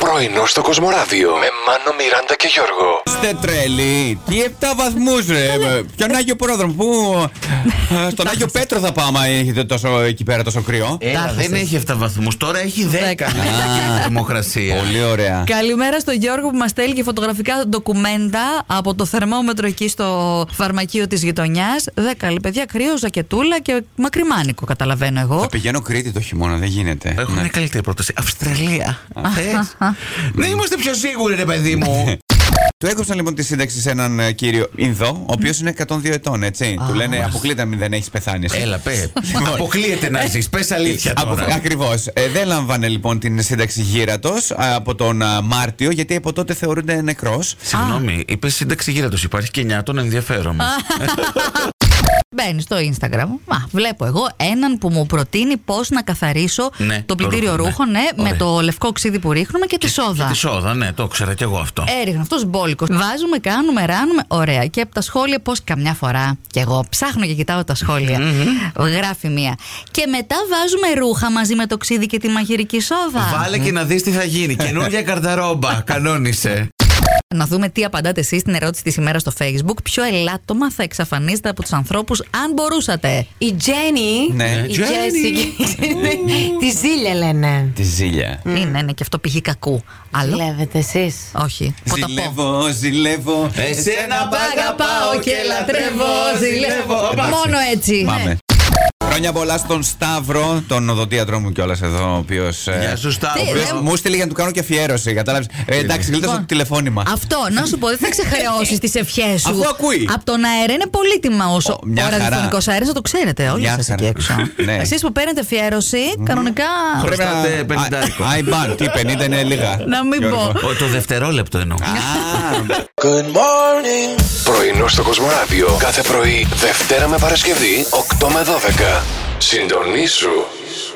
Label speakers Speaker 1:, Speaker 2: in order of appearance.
Speaker 1: Πρωινό στο Κοσμοράδιο με Μάνο, Μιράντα και Γιώργο.
Speaker 2: Είστε τρελοί! Τι 7 βαθμούς, ρε! Ποιον Άγιο Πρόδρομο, πού. Ε, Στον Άγιο Πέτρο θα πάμε, άμα έχετε τόσο εκεί πέρα τόσο κρύο.
Speaker 3: Έλα,
Speaker 4: Τάχασε.
Speaker 3: δεν έχει 7 βαθμούς. Τώρα έχει 10.
Speaker 4: Δέκα.
Speaker 3: Η θερμοκρασία.
Speaker 2: Πολύ ωραία.
Speaker 4: Καλημέρα στον Γιώργο που μας στέλνει και φωτογραφικά ντοκουμέντα από το θερμόμετρο εκεί στο φαρμακείο της γειτονιάς. Δέκα λέει, παιδιά, κρύο, ζακετούλα και μακριμάνικο, καταλαβαίνω εγώ.
Speaker 2: Θα πηγαίνω Κρήτη το χειμώνα, δεν γίνεται. Ναι.
Speaker 3: Έχω
Speaker 4: Ναι.
Speaker 3: μια καλύτερη πρόταση. Αυστραλία. Θες? Δεν είμαστε πιο σίγουροι, ρε παιδί μου.
Speaker 2: Του έκοψαν λοιπόν τη σύνταξη σε έναν ε, κύριο Ινδό, ο οποίος είναι 102 ετών, έτσι. Του λένε Αποκλείται να μην δεν έχεις πεθάνει. εσύ».
Speaker 3: Έλα, πε. Αποκλείεται
Speaker 4: Ε.
Speaker 3: να ζεις. Πες αλήθεια τώρα.
Speaker 2: Ακριβώς. δεν λάμβανε λοιπόν την σύνταξη γύρατος από τον α, Μάρτιο, γιατί από τότε θεωρούνται νεκρός.
Speaker 3: Συγγνώμη, είπε σύνταξη γύρατος. Υπάρχει και νιάτων ενδιαφέρομαι.
Speaker 4: Μπαίνει στο Instagram. Μα, βλέπω εγώ έναν που μου προτείνει πώς να καθαρίσω
Speaker 3: Ναι,
Speaker 4: το
Speaker 3: το
Speaker 4: πλυντήριο
Speaker 3: ρούχο, ναι.
Speaker 4: ρούχων ναι, με
Speaker 3: Ωραία.
Speaker 4: το λευκό ξύδι που ρίχνουμε και, τη σόδα.
Speaker 3: Και Τη σόδα, ναι, το ήξερα κι εγώ αυτό.
Speaker 4: Έριχνε αυτός μπόλικος. Βάζουμε, κάνουμε, ράνουμε. Ωραία. Και από τα σχόλια, πώς καμιά φορά. Και εγώ ψάχνω και κοιτάω τα σχόλια. Mm-hmm. Γράφει μία. Και μετά βάζουμε ρούχα μαζί με το ξύδι και τη μαγειρική σόδα.
Speaker 3: Βάλε και να δεις τι θα γίνει.
Speaker 4: Ε.
Speaker 3: Καινούργια καρταρόμπα. Κανόνισε.
Speaker 4: Να δούμε τι απαντάτε εσείς στην ερώτηση της ημέρας στο Facebook. Ποιο ελάττωμα θα εξαφανίζετε από τους ανθρώπους αν μπορούσατε.
Speaker 5: Η Τζένι,
Speaker 2: Ναι.
Speaker 5: η
Speaker 3: Jenny.
Speaker 5: Τζέσικη, τη Ζήλια λένε.
Speaker 2: Τη ζήλια.
Speaker 4: Είναι, είναι και αυτό πηγή κακού. Άλλο.
Speaker 5: Λέβετε εσείς.
Speaker 4: Όχι. Ποταπό.
Speaker 2: Ζηλεύω, ζηλεύω.
Speaker 3: Ε, Εσένα
Speaker 2: πα-
Speaker 4: Αγαπάω και λατρεύω, ζηλεύω. Μόνο έτσι.
Speaker 2: Πάμε. Χρόνια πολλά στον Σταύρο, τον οδοντίατρό μου κιόλας εδώ, ο οποίος.
Speaker 3: Γεια σου, Σταύρο.
Speaker 4: ε,
Speaker 2: Μου στείλε για να του κάνω και αφιέρωση, κατάλαβες. εντάξει, γλίτωσε το τηλεφώνημα.
Speaker 4: Αυτό, να σου πω, δεν θα ξεχρεώσεις τις ευχές σου.
Speaker 2: Αφού ακούει.
Speaker 4: Από τον αέρα είναι πολύτιμα όσο
Speaker 2: Ω, μια
Speaker 4: ο
Speaker 2: χαρά.
Speaker 4: ραδιοφωνικός αέρας, θα το ξέρετε όλοι
Speaker 2: Μια
Speaker 4: σας εκεί
Speaker 2: χαρά.
Speaker 4: έξω.
Speaker 2: Ναι.
Speaker 4: Εσείς που παίρνετε αφιέρωση, κανονικά.
Speaker 3: Χρωστάτε
Speaker 2: Α,
Speaker 3: 50.
Speaker 2: α, IBAN, τι 50 είναι λίγα.
Speaker 4: Να μην
Speaker 2: Γιώργο.
Speaker 4: πω.
Speaker 3: Ο, Το δευτερόλεπτο εννοώ.
Speaker 2: Α,
Speaker 1: Πρωινό στο Κοσμοράδιο κάθε πρωί, Δευτέρα με Παρασκευή, 8 με 12. Συντονίσου.